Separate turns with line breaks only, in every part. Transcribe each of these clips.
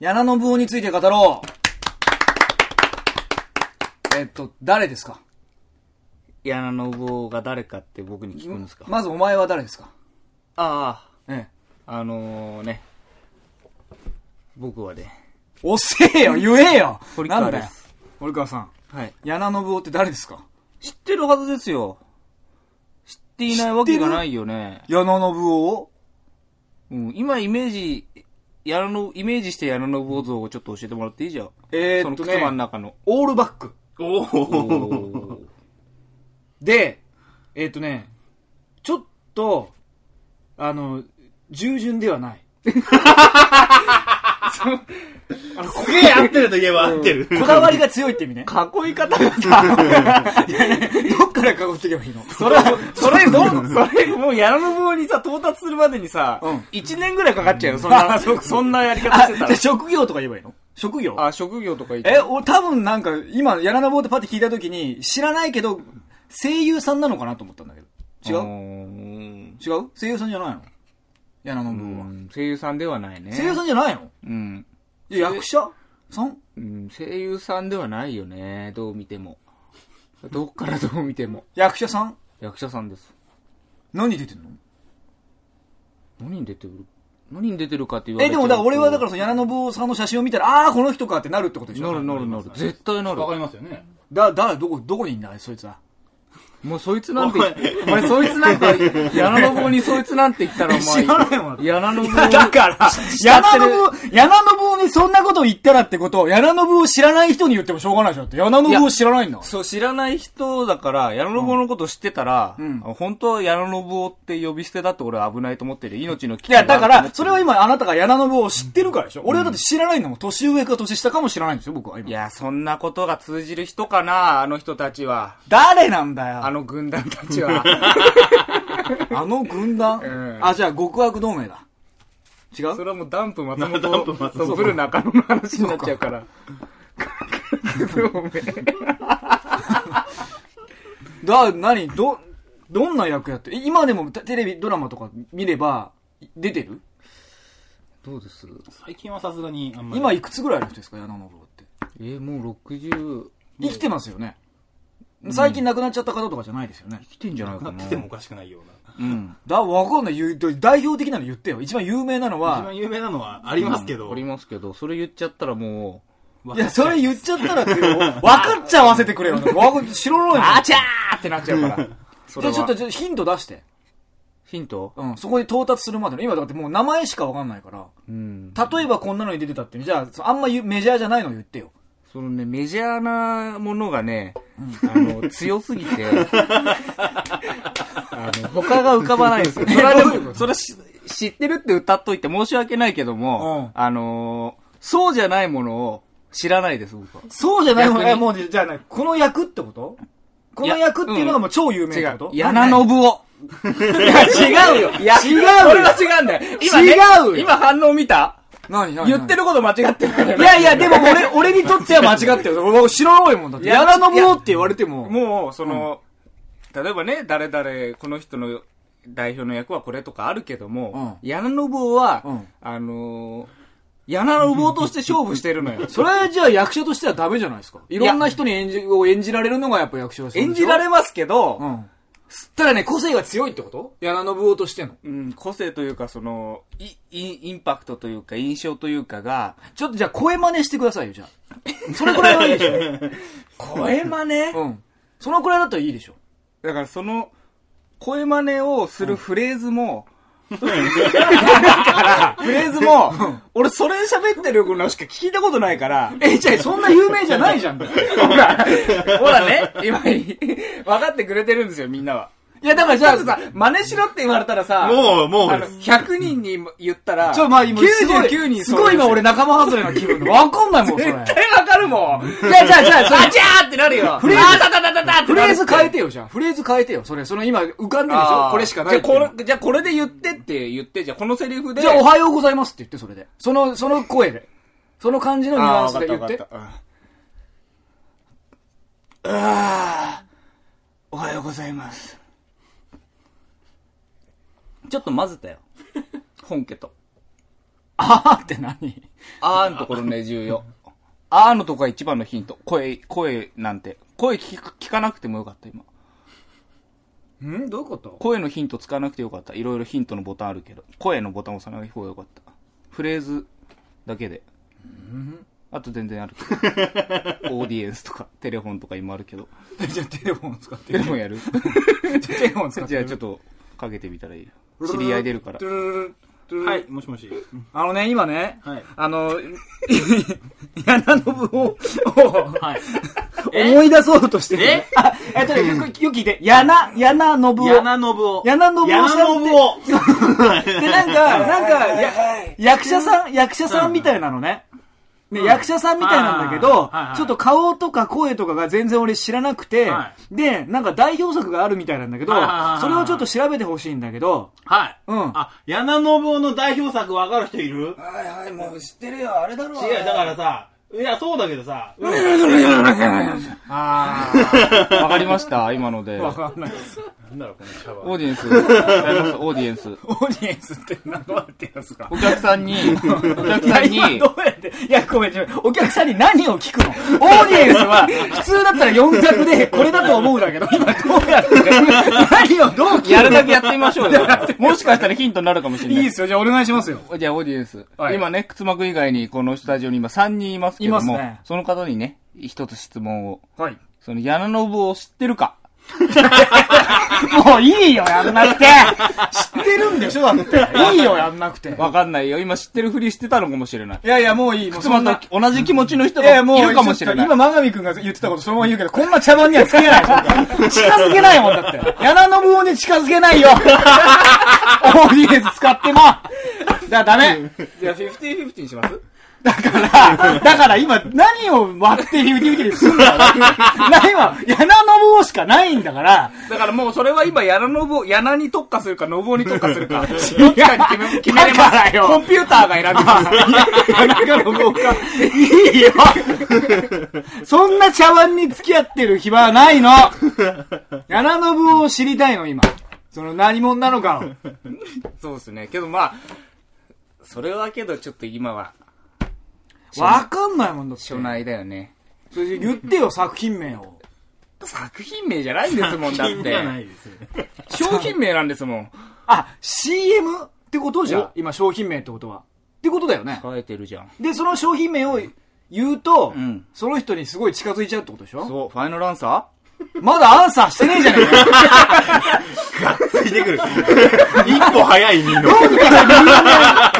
柳信夫について語ろう。えっと、誰ですか
柳信夫が誰かって僕に聞くんですか、
まずお前は誰ですか
あ
ええ。
あ、あのね。僕はね。
遅えよ言えよ
堀
な
川
んだよ
です
堀川さん。
はい。
柳信夫って誰ですか
知ってるはずですよ。知っていないわけがないよね。
柳信夫を
うん、今イメージ、やらの、イメージしてやらの坊像をちょっと教えてもらっていいじゃん。
えーっ
そ
とね
の靴間の中の。
オールバック。
おお
で、
えっ、とね、ちょっと、あの、従順では ない。あの、すげえ合ってると言えば合ってる。
こだわりが強いって意味ね。
囲い方がさ、
どっから囲っていけばいいの
それ、それ、どん、それ、もう、やらの棒にさ、到達するまでにさ
うん、
一、年ぐらいかかっちゃうよ、そんな、そんなやり方してた
あじゃあ職業とか言えばいいの職業
ら。あ、職業とか言って。
え、俺多分なんか、今、やらなぼうってパッて聞いたときに、知らないけど、声優さんなのかなと思ったんだけど。違う
う
違う声優さんじゃないのやらなぼうは。
ん、声優さんではないね。
声優さんじゃないの
うん。
いや役者さん
うん、声優さんではないよね、どう見ても。どっからどう見ても。
役者さん
役者さんです。
何出てんの
何に出てる何に出てるかって言われ
え、
ち
で
ゃう
も
と
だから俺はだからその柳坊さんの写真を見たら、あーこの人かってなるってことでしょ
なるなるなる。絶対なる
わ。かりますよね。
だ、だ、どこ、どこにいんだそい つは。
もうそいつなんて、お前そいつな んて、矢野の棒にそいつなんて言ったらお前、
知らないもん
矢野の棒
だから、
やって
柳
る
信夫、柳信夫にそんなことを言ったらってことを、柳信夫を知らない人に言ってもしょうがないでしょだって。柳信夫を知らないんだから。
そう、知らない人だから、矢野の棒のこと知ってたら、
うん
あ本当は矢野の棒って呼び捨てだって俺は危ないと思ってる。命の危
い
機
や、だか
ある
ら、
と
そ
思
れは今あなたが柳信夫を知ってるからでしょ、俺はだって知らないのもん、年上か年下かも知らないんですよ、僕は
ってるい
今。
や、そんなことが通じる人かな、あの人たちは。
誰なんだよ。
あ
あの、
の軍団たちは。
軍団、
うん
あ、じゃあ極悪同盟だ。違
そうれはもうダンプ松本、
ダンプ松本
そうブル中野の話になっちゃうから。
だ、何ど、どんな役やってえ今でもテレビ、ドラマとか見れば、出てる
どうです
最近はさすがにあんまり。
今いくつぐらいの人ですか、柳信夫って。
えーもう60、
生きてますよね。最近亡くなっちゃった方とかじゃないですよね。
来てんじゃない
な
か
っ
な。
ててもおかしくないような。
うん。
だ、わかんない。ゆ代表的なの言ってよ。一番有名なの
一
は、
番有名なのはありますけど。
ありますけど、それ言っちゃったらも
いや、それ言っちゃったらって、分かっちゃわせてくれよ。わか知ら
う、
ない
あちゃーってなっちゃうから。そ
じゃあ
れは
ちょっと、、じゃあヒント出して。
ヒント
うん、そこに到達するまでの。今だってもう名前しかわかんないから。
うん。
例えばこんなのに出てたって、じゃあそ、あんまゆメジャーじゃないの言ってよ。
そのね、メジャーなものがね、あの、強すぎて、 あの、他が浮かばないんですよ。それはでも、それはし知ってるって歌っといて申し訳ないけども、あのー、そうじゃないものを知らないです、僕は。
そうじゃないもん
逆に
えもうね、じゃあね、この役ってことこの役っていうのがもう超有名
違
ってこ。
う
と
柳信夫。 いや、違うよ。いや、
違うよ
それは違うんだよ。今ね
違うよ
今反応見た
何何
言ってること間違ってるから
いやいや、でも 俺、俺にとっては間違ってる。俺知らないもんだって。
いや
やらのものって言われても。
もう、その、例えばね、誰々、この人の代表の役はこれとかあるけども、
う
矢野信夫は、
うん。
あのー、矢野信夫として勝負してるのよ
それじゃあ役者としてはダメじゃないですか。いろんな人に演じ、を演じられるのがやっぱ役者さん
演
でしょ
じられますけど、
うん。ただね、個性が強いってこと柳信夫としての。
うん、個性というか、その、いいインパクトというか、印象というかが、
ちょっとじゃあ声真似してくださいよ、じゃあ。 それくらいはいいでし
声真似
ょ。うん。そのくらいだったらいいでしょ。
だからその、声真似をするフレーズも、だからフレーズも、俺それ喋ってるのしか聞いたことないから、
え、じゃあそんな有名じゃないじゃん。い
ほら、ほらね、今、分かってくれてるんですよ、みんなは。
や、だからじ
じ
ゃ
ゃ
あ
あさ、真似しろって言われたらさ、
もう、も
あ
う
の
です。
100人に言ったら、
ちょ、まあ今、すごい
99人
すごい今俺
な、
仲間外れの気分で。わかんないもん、それ。
絶対わかるもん。
じゃあじゃあじゃあ、それ
あちゃーってなる よ。
フレーズ
あーたたたたたって
フ
な
レ
る
ーズ変えてよ、じゃあ。フレーズ変えてよ。それ、その今浮かんでるでし
あ
ょ
ー
これしかないって
じ
い
ゃ
うの
あこれ、じゃあこれで言ってって言って、じゃあこのセリフで。
じゃあ、おはようございますって言って、それで。その、その声で。その感じのニュアンスで言って。
ああおはようございます。 ちょっと混ぜたよ。本家と。
あーって何
あーのところね、重要。あーのとこが一番のヒント。声、声なんて。声聞く聞かなくてもよかった、今。
んどういうこと
声のヒントつかなくてよかった。いろいろヒントのボタンあるけど。声のボタン押さない方がよかった。フレーズだけで。あと全然あるけ ど。オーディエンスとか、テレフォンとか今あるけど。
じゃあテレフォン使って
テレ
る。
フォンやる
テレフォン使って
じゃ
る。
あちょっと、かけてみたらいいよ。知り合い出るから。
は。
はいい、もしもし。
あのね、今ね、
はい。
あの、柳信を、
はい。
思い出そうとしてる。
え
あ、えっとね、よくよく聞いて。柳、柳信を。
柳信夫。
柳信夫さんって
柳信夫。
で、なんか、なんか、や役者さん、役者さんみたいなのね。ね、役者さんみたいなんだけど
はいはいは、い
ちょっと顔とか声とかが全然俺知らなくて
は、
で、なんか代表作があるみたいなんだけど
はいはいはいは、い
それをちょっと調べてほしいんだけど、
はい。
うん
あ、柳信夫の代表作わかる人いる
はいはい、もう知ってるよ、あれだろ。
違う、だからさ、いや、そうだけどさ、うん
あ
わかりました今ので。
あ、わ
オ
かんない。
なんだろう、このシャワー。
ーディエンス。やりますオーディエンス。
オーディエンスって何どうやって やつか。
お客さんに、 お客さんに、
どうやって、いや、ごめん、ちょお客さんに何を聞くのオーディエンスは、普通だったら4択で、これだと思うんだけど、今どうやって、何をどう聞く
やるだけやってみまし ょうよ。もしかしたらヒントになるかもしれない
いい。ですよ、じゃあお願いしますよ。
じゃあ、オーディエンス。
はい
今ね、靴幕以外に、このスタジオに今3人いますけども、
いますね
その方にね、一つ質問を。
はい。
その、柳信夫を知ってる か
もういいよ、やんなくて知ってるんでしょだって。 いいよ、やんなくて。い
わかんないよ。今知ってるふりしてたのかもしれない。
やいや、もういい。もう
靴
そんな
幕と同じ気持ちの人
いやいや、
が
もう
いるかもしれない。
ちょっと今、真上くんが言ってたことそのまま言うけど、こんな茶番にはつけ ないでしょ。近づけないもんだって。柳信夫に近づけないよ。オーディエンス使っても。だ、ダメ。
じゃあ、フィフティフィフティにします
だから、だから今、何を割って言うてみてるすんだよ。 何は、柳信夫しかないんだから、
だからもうそれは今、柳信夫、柳に特化するか、信夫に特化するか、どっちかに決め、決めれま
だから
す。
よ
コンピューターが選びます。
柳信夫か。いいよ。そんな茶碗に付き合ってる暇はないの。柳信夫を知りたいの、今。その何者なのかを。
そうですね。けどまあ、それはけどちょっと今は、
わかんないもんだって。
初内だよね。
それ言ってよ、作品名を。
作品名じゃないんですもん、だっ
じゃな
て。
いですよね。
商品名なんですもん。
あ、CM ってことじゃん。今、商品名ってことは。ってことだよね。
書いてるじゃん。
で、その商品名を言うと、
うん
その人にすごい近づいちゃうってことでしょ
そう、ファイナルアンサ
まだアンサーしてねえじゃねえかよ。
ついてくる。一歩早いみ んな。
どうにかさ、みんな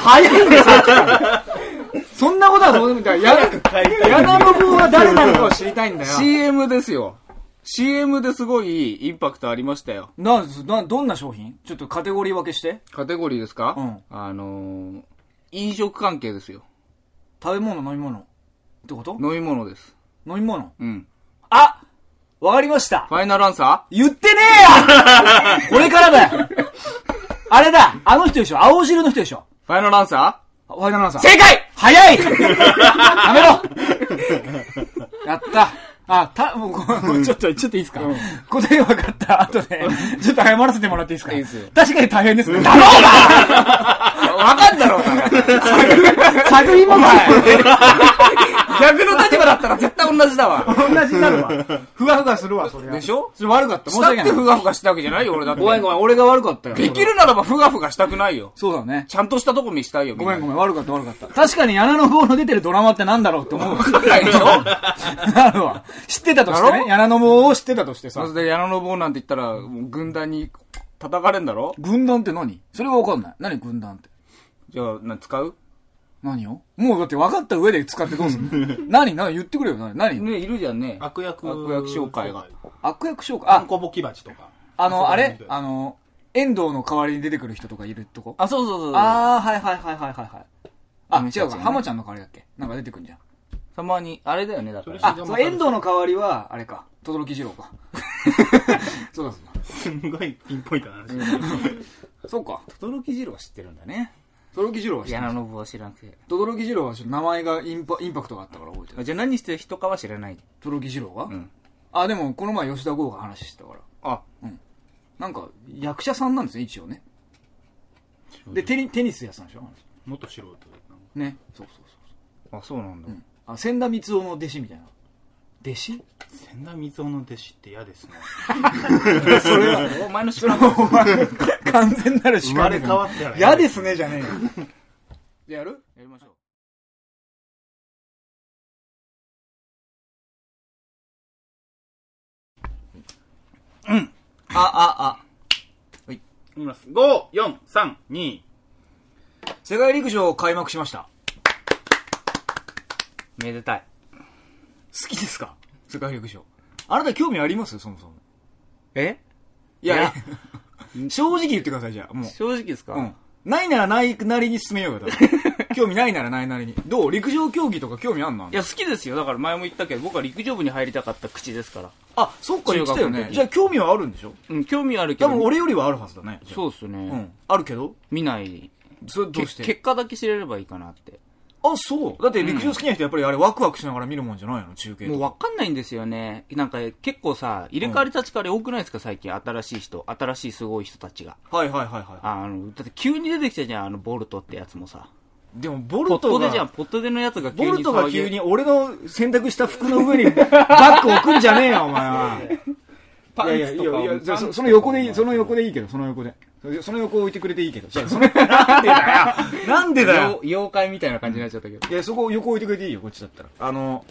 早いんだよ、さっきからそんなことはどうでもいいんだよ。や柳信夫は誰なのかを知りたいんだ
ー
よ。
?CM ですよ。CM ですごいインパクトありましたよ。
なんすなどんな商品ちょっとカテゴリー分けして。
カテゴリーですか
うん
あのー、飲食関係ですよ。
食べ物、飲み物。ってこと
飲み物です。
飲み物。
うん。
あわかりました
ファイナルアンサ
言ってね えよこれからだよあれだあの人でしょ青汁の人でしょ
ーファイナルアンサ
ファイナルアンサー
ー正解
早いやめろやった。あ、た、もう ごめん、ちょっと、ちょっといいですか、答え分かった後で、ちょっと謝らせてもらっていいですか
いいですよ
確かに大変ですね。だ ろうな
わかんだろう な。
作品も
逆の立場だったら絶対同じだわ。
同じになるわ。ふわふわするわ、それ
でしょ
それ悪かった。申し
したっ
訳
て
ない。
ふがふがしたわけじゃないよ、俺だって。
ごめんごめん、俺が悪かったよ。
できるならばふがふがしたくないよ。
そうだね。
ちゃんとしたとこ見したいよ、
ごめんご
ん。
めん、悪かった悪かった。確かに柳の棒の出てるドラマってなんだろうって思う。
わかんないでしょ
なるわ。知ってたとして
だ
ね。
ろ
柳の棒を知ってたとして
そ
さ
し。て矢野の坊なんて言ったら、もう軍団に叩かれんだろ
軍団って何それがわかんない。何軍団って。
じゃあ、な、使う
何をもうだって分かった上で使ってどうすんの何何言ってくれよ。何何
ね、いるじゃんね。
悪役。
悪役紹介が。
悪役紹介。
あん
あ、
こぼき鉢とか。
あの、あ
そう
れ
そう
あの、遠藤の代わりに出てくる人とかいるとこ
あ、そうそうそう。
あー、はいはいはいはいはいはい。あ、
うん
違う
そう
か。
ね
浜ちゃんの代わりだっけなんか出てくんじゃん。
たまに、あれだよね、だから。
あ、そう、遠藤の代わりは、あれか。轟二郎か。そうだそうだ。
すんごいピンポイントな話。
そうか。
トトロキジロは知ってるんだね。
轟二郎は知って
矢
る。
野の坊は知らなくて。
轟二郎はちょっと名前がインパインパクトがあったから覚えてる。
じゃあ何してる人かは知らない。
轟二郎が、
ん
あ、でもこの前吉田豪が話してたから。
あ、
なんか、役者さんなんですね、一応ね。で、テニテニスやってたんでしょ
元素人。
ね。
そうそうそう。あ、そうなんだ。
あ、千田光雄の弟子みたいな。弟子
千田光雄の弟子って嫌です ね。
それは、お前の主観。
完全なる
生
主
ま
観
れ
です
変
ね。
わったら
嫌ですね、じゃねえよ。 じゃあやる
やりましょう。
あ、あ、あ。
いきます。5、4、3、2。
世界陸上開幕しました。
めでたい。
好きですか世界陸上。あなた興味ありますそもそも。
え
いや、 正直言ってください、じゃあ。もう。
正直ですか
うん。ないならないなりに進めようよ、多 分興味ないならないなりに。どう陸上競技とか興味あんの
いや、好きですよ。だから前も言ったけど、僕は陸上部に入りたかった口ですから。
あ、そっか、言ってたよ
中学の
ね。
時
じゃあ興味はあるんでしょ
うん、興味あるけ
多
ど。
分俺よりはあるはずだね。じゃあ
そうっすね。
うん。あるけど
見ない。
それどうし
け
て
結果だけ知れればいいかなって。
あ、そう。だって陸上好きな人やっぱりあれワクワクしながら見るもんじゃないの中継
もう分かんないんですよね。なんか結構さ、入れ替わり立ち替わり多くないですか、最近。新しい人、新しいすごい人たちが。
はいはいはいは
あの、だって急に出てきたじゃん、あの、ボルトってやつもさ。
い。でも、ボ
ポッ
ルト
トでじゃ
が
ん、、ポットでのやつが急に
ボルトが
騒ぎ
急に俺の洗濯した服の上にバッグ置くんじゃねえよ、お前は。
パン
いや
ツ
い
と
や
か
いやいや、じゃあ
パ
そ
ンツとか
その横でいい、その横でいいけど、その横で。そその横置いてくれていいけど。じゃあそのなんでだよなんでだよ
妖妖怪みたいな感じになっちゃったけど。
いや、そこ横置いてくれていいよ、こっちだったら。あの、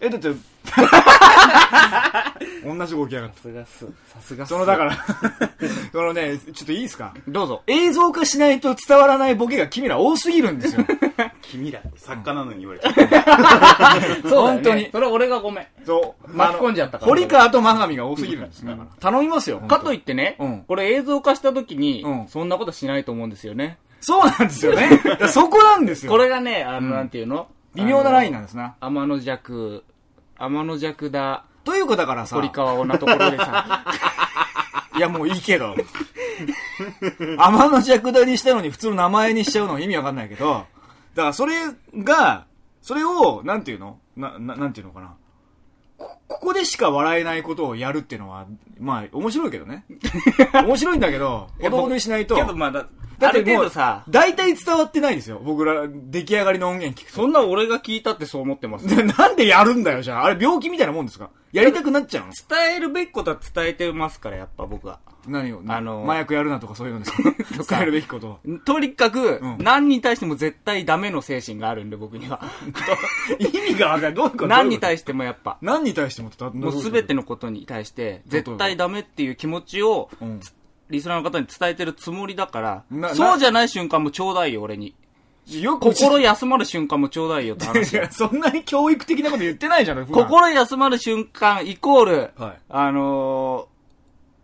え、 だって、同じ動きやがった。
さすがっす。さすがっす。
そのだ から、そのね、ちょっといいですか
どうぞ。
映像化しないと伝わらないボケが君ら多すぎるんですよ。
君ら、作家なのに言われちゃっ た。
そうだよね
本当に
それ俺がごめん。
そう。
巻き込んじゃったから
堀川と真神が多すぎるんですよだから。頼みますよ。
かと
い
いってね、
うん
これ映像化した時に、
うん
そんなことしないと思うんですよね。
そうなんですよね。だか らそこなんですよ。
これがね、あの、なんていうの
微妙なライン
あ
なんですな。
の天の弱、天の弱だ、
というかだからさ、
堀川をなところでさ、
いやもういいけど。 天の弱大にしたのに普通の名前にしちゃうのは意味わかんないけど、だからそれが、それを、なんていうのな、な、なんていうのかな。こ、ここでしか笑えないことをやるっていうのは、まあ、面白いけど ね。面白いんだけど、ほどほどにしないと。
けどまあだ、
だ
ある程度さ、
大体伝わってないですよ。僕ら、出来上がりの音源聞くと。
そんな俺が聞いたってそう思ってます。
でなんでやるんだよ、じゃあ。あれ病気みたいなもんですかやりたくなっちゃうの
伝えるべきことは伝えてますから、やっぱ僕は。
何を、
あの
麻薬やるなとかそういうのですか伝えるべき ことを。
とにかく、
うん
何に対しても絶対ダメの精神があるんで、僕に は。
意味がわかんない。どういうこと
何に対してもやっぱ。
何に対してもって
もうすべてのことに対して、絶対ダメっていう気持ちを、
うん
リスナーの方に伝えてるつもりだから
な、な
そうじゃない瞬間もちょうだいよ、俺に。
よく
心休まる瞬間もちょうだいよって
い
話。
やそんなに教育的なこと言ってないじゃん。普段
心休まる瞬間イコール、
はい
あの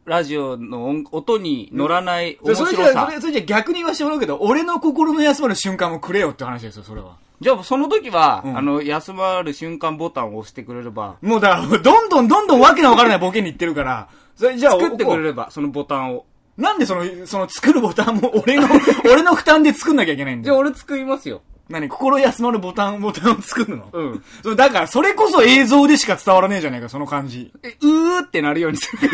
ーラジオの音音に乗らない面
それじ
白
ゃあ
さ
そ。れ、それじゃあ逆に言わせてもらうけど、俺の心の休まる瞬間もくれよって話ですよ、それは。
じゃあ、その時は、
うん
あの、休まる瞬間ボタンを押してくれれば、
もうだから、どんどんどんどんわけのわからないボケに行ってるから、それじゃあ、
作ってくれ
る。
れば、そのボタンを。
なんでその、その作るボタンも俺の、俺の負担で作んなきゃいけないん
じ
だ
ゃあ、
よ。
俺作りますよ。
何心休まるボタン、ボタンを作るの
うん。
そうだから、それこそ映像でしか伝わらねえじゃないか、その感じ。
え、うーってなるようにする。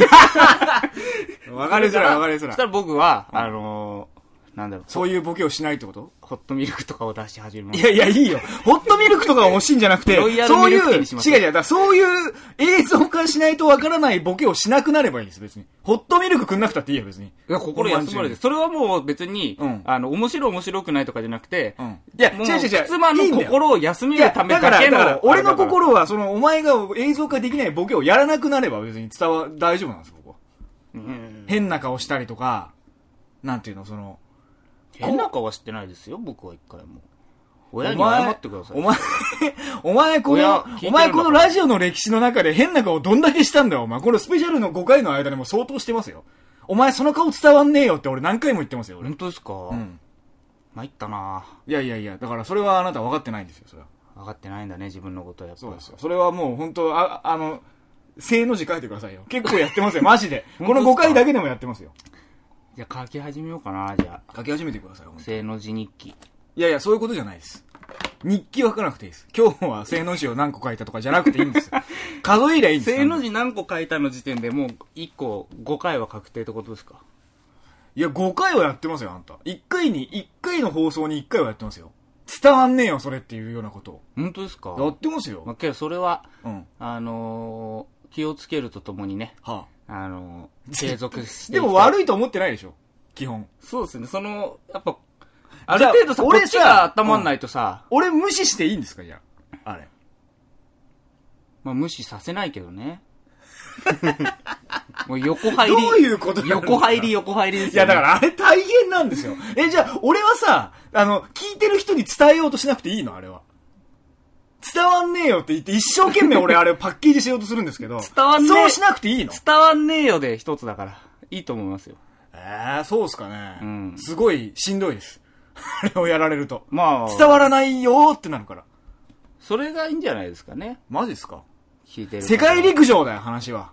わかりづらい、わかりづ
そ
ら
し
い
た。ら僕は、あのー、なんだろう、
そういうボケをしないってこと
ホットミルクとかを出し始めま
い
す。
やいや、いいよ。ホットミルクとかが欲しいんじゃなくて
ロイヤ、ル
そうい
ミル
う、
ク
違
ティー
う
にします
違う、だからそういう映像化しないとわからないボケをしなくなればいいです、別に。ホットミルクくんなくたっていいよ、別に。
いや、心休まるで。それはもう別に、
うん
あの、面白い面白くないとかじゃなくて、
うんいや
も
違う違う違うい
妻
いん
の
だよ
心を休
い
め
や、
る
だ
た
か
め
ら、
だけ
だ
の。
から、俺の
あれだか
心は、その、お前が映像化できないボケをやらなくなれば、別に伝わ、大丈夫なんです、僕は。
ら。うん
変な顔したりとか、なんていうの、その、
変な顔はしてないですよ、僕は一回も。親
お
に
前
謝ってください。
お前、お前 こ
親
の
聞い、て
お
るのか
前このラジオの歴史の中で変な顔どんだけしたんだよ、お前。このスペシャルの5回の間でも相当してますよ。お前その顔伝わんねえよって俺何回も言ってますよ、俺。
本当ですか、
うん。
参ったない
やいやいや、だからそれはあなた分かってないんですよ、それは。
分かってないんだね、自分のことはやっぱ。
そうですよ。それはもう本当、あ、あの、正の字書いてくださいよ。結構やって ますよ、マジで。この5回だけでもやってますよ。
じゃあ書き始めようかな、じゃあ。
書き始めてください、ほんと
正の字日記。
いやいや、そういうことじゃないです。日記は書かなくていいです。今日は正の字を何個書いたとかじゃなくていいんです よ。数えりゃいいんですよ。
正の字何個書いたの時点でもう1個5回は確定ってことですか
いや、5回はやってますよ、あんた。1回に、1回の放送に1回はやってますよ。伝わんねえよ、それっていうようなこと
本当ですか
を。やってますよ。
まあ、けどそれは、
うん。
あのー気をつけるとともにね、
は
あの ー継続し
あ、
てい
でも悪
い。
いと思ってないでしょ基本。
そうですね、その、やっぱ、ある程度さ、
俺
俺こっちが温まんないとさ、
俺無視していいんですかじゃあ。あれ。
まあ無視させないけ どね。もう横入り。
どういうことなんですか
横入り、横入りです
い
よ、
や、だ
ね。
からあれ大変なんですよ。え、じゃあ、俺はさ、あの、聞いてる人に伝えようとしなくていいのあれは。伝わんねえよって言って、一生懸命俺あれ をパッケージしようとするんですけど。
伝わんねえ
そうしなくていいの
伝わんねえよで一つだから、いいと思いますよ。
えー、そうっすかね。
うん
すごいしんどいです。 あれをやられると。
まあ、
伝わらないよーってなるから。
それがいいんじゃないですかね。
マジですか
聞いてる。
世界陸上だよ、話は。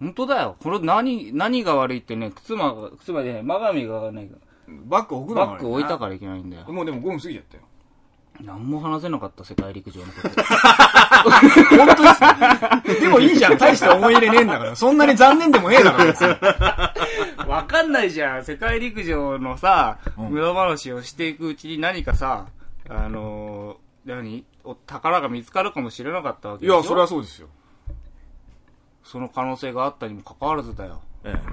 本当だよ。これ何、何が悪いってね、靴まが、靴まで、ね、まがみが上がないか
バッグ置く
ら。
の
バッグ置いた
か
からいけないんだよ。
もうでも5分過ぎちゃったよ。
何も話せなかった世界陸上のこと。
本当ですね。でもいいじゃん。大して思い入れねえんだから。そんなに残念でもねえだ から別に。
わかんないじゃん。世界陸上のさ、無駄話をしていくうちに何かさ、あのー、何お宝が見つかるかもしれなかったわけ
い
でしょ
や、それはそうですよ。
その可能性があったにもかかわらずだよ。
ええ。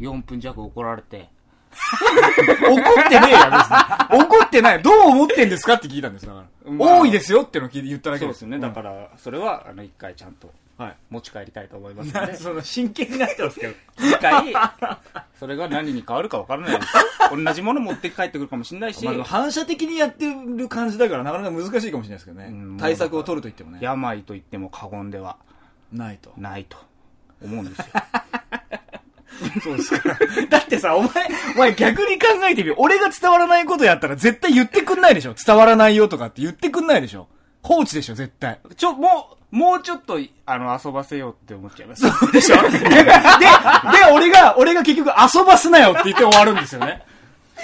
4分弱怒られ て。
怒ってねえよ、別に。怒ってない。どう思ってんですかって聞いたんです、だから。
まあ
多いですよってのを聞いて言っただけ
そう
で。
ですすね。だから、それは、あの、一回ちゃんと
はい。
持ち帰りたいと思いますので、
その真剣になってますけど。
一回、それが何に変わるかわからないですよ。同じもの持って帰ってくるかもしれないし、
まあ、反射的にやってる感じだから、なかなか難しいかもしれないですけどね。
うん
対策を取ると言ってもね。
病と言っても過言では
ないと。
ないと思うんですよ。
そうです か。だってさ、お前、お前逆に考えてみよう。俺が伝わらないことやったら絶対言ってくんないでしょ。伝わらないよとかって言ってくんないでしょ。放置でしょ、絶対。
ちょ、もう、もうちょっと、あの、遊ばせようって思っちゃいます。
そうでしょ で、で、俺が、俺が結局遊ばすなよって言って終わるんですよね。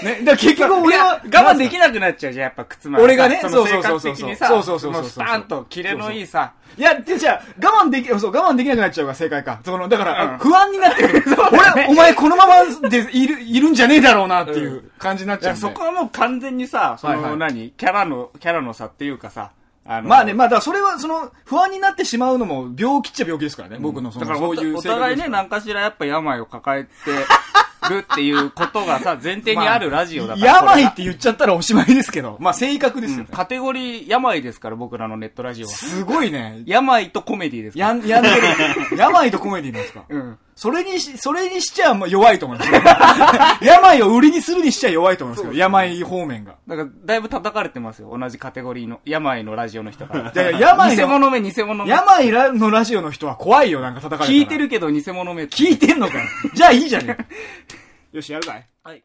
ね、だから結局俺は、
我慢できなくなっちゃうじゃん、やっぱ靴まで。
俺がね
そ
そ
の
うそうそ
性
う
格
そう
的
そう
にさ、
そうそうそうそう
もスパンとキレのいいさ、
いや、で、じゃあ、我慢でき、そう、我慢できなくなっちゃうが正解か。その、だから、
うん
不安になってくる。俺、お前このままでい る、いるんじゃねえだろうなっていう感じになっ
い
ちゃう
や
んで。
そこはもう完全にさ、その、
はいはい
何、キャラの、キャラの差っていうかさ、あの
まあね、まあ、だからそれは、その、不安になってしまうのも、病気っちゃ病気ですからね、僕のその、
だから
そ
お
ういう
お
性格
互
で
い
す
ね、
から
何かしらやっぱ病を抱えてるっていうことがさ、前提にあるラジオだから。
病っ
こ
て言っちゃったらおしまいですけど、まあ、性格です
れ
よ
が
ね。
カテゴリー病ですから、僕らのネットラジオは。
すごいね。
病とコメディですから。
やん、 やんでる。病とコメディなんですか
うん。
それにし、それにしちゃまあ弱いと思います。 病を売りにするにしちゃ弱いと思いますけど、病方面が。
だから、だいぶ叩かれてますよ。同じカテゴリーの、病のラジオの人か ら。
いやいや病の
偽物め、偽物め。
病らのラジオの人は怖いよ、なんか叩かれたら
聞いて。るけど偽物めって。
聞いてんのかよ。じゃあいいじゃねえか。よし、やるかい